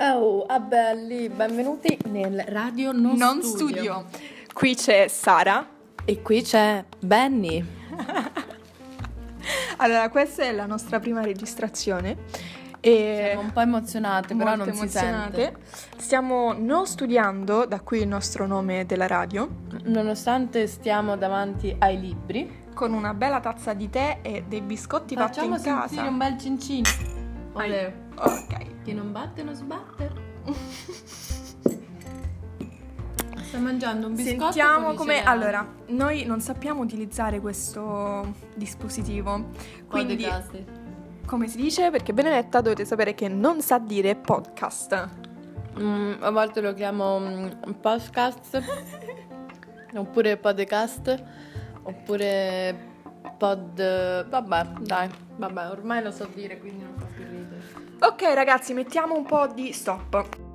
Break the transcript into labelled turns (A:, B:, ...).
A: Oh, ah belli, benvenuti nel Radio Non,
B: Non
A: studio.
B: studio. Qui c'è Sara.
A: E qui c'è Benny.
B: Allora, questa è la nostra prima registrazione. E
A: Siamo un po' emozionate, però
B: molto
A: non
B: emozionate. Stiamo non studiando, da qui il nostro nome della radio,
A: si sente. Nonostante stiamo davanti ai libri,
B: con una bella tazza di tè e dei biscotti
A: facciamo
B: fatti in
A: sentire
B: casa.
A: un bel cincino.
B: Ai.
A: Olè.
B: Ok.
A: Chi non batte non sbatte. Sta mangiando un biscotto.
B: Sentiamo
A: con
B: come...
A: l'insieme.
B: Allora, noi non sappiamo utilizzare questo dispositivo,
A: Qua dei
B: quindi
A: casti.
B: come si dice? Perché Benedetta dovete sapere che non sa dire podcast.
A: Mm, a volte lo chiamo mm, podcast, oppure podcast, oppure pod... Vabbè, dai, vabbè, ormai lo so dire, quindi non fa più ridere.
B: Ok ragazzi, mettiamo un po' di stop.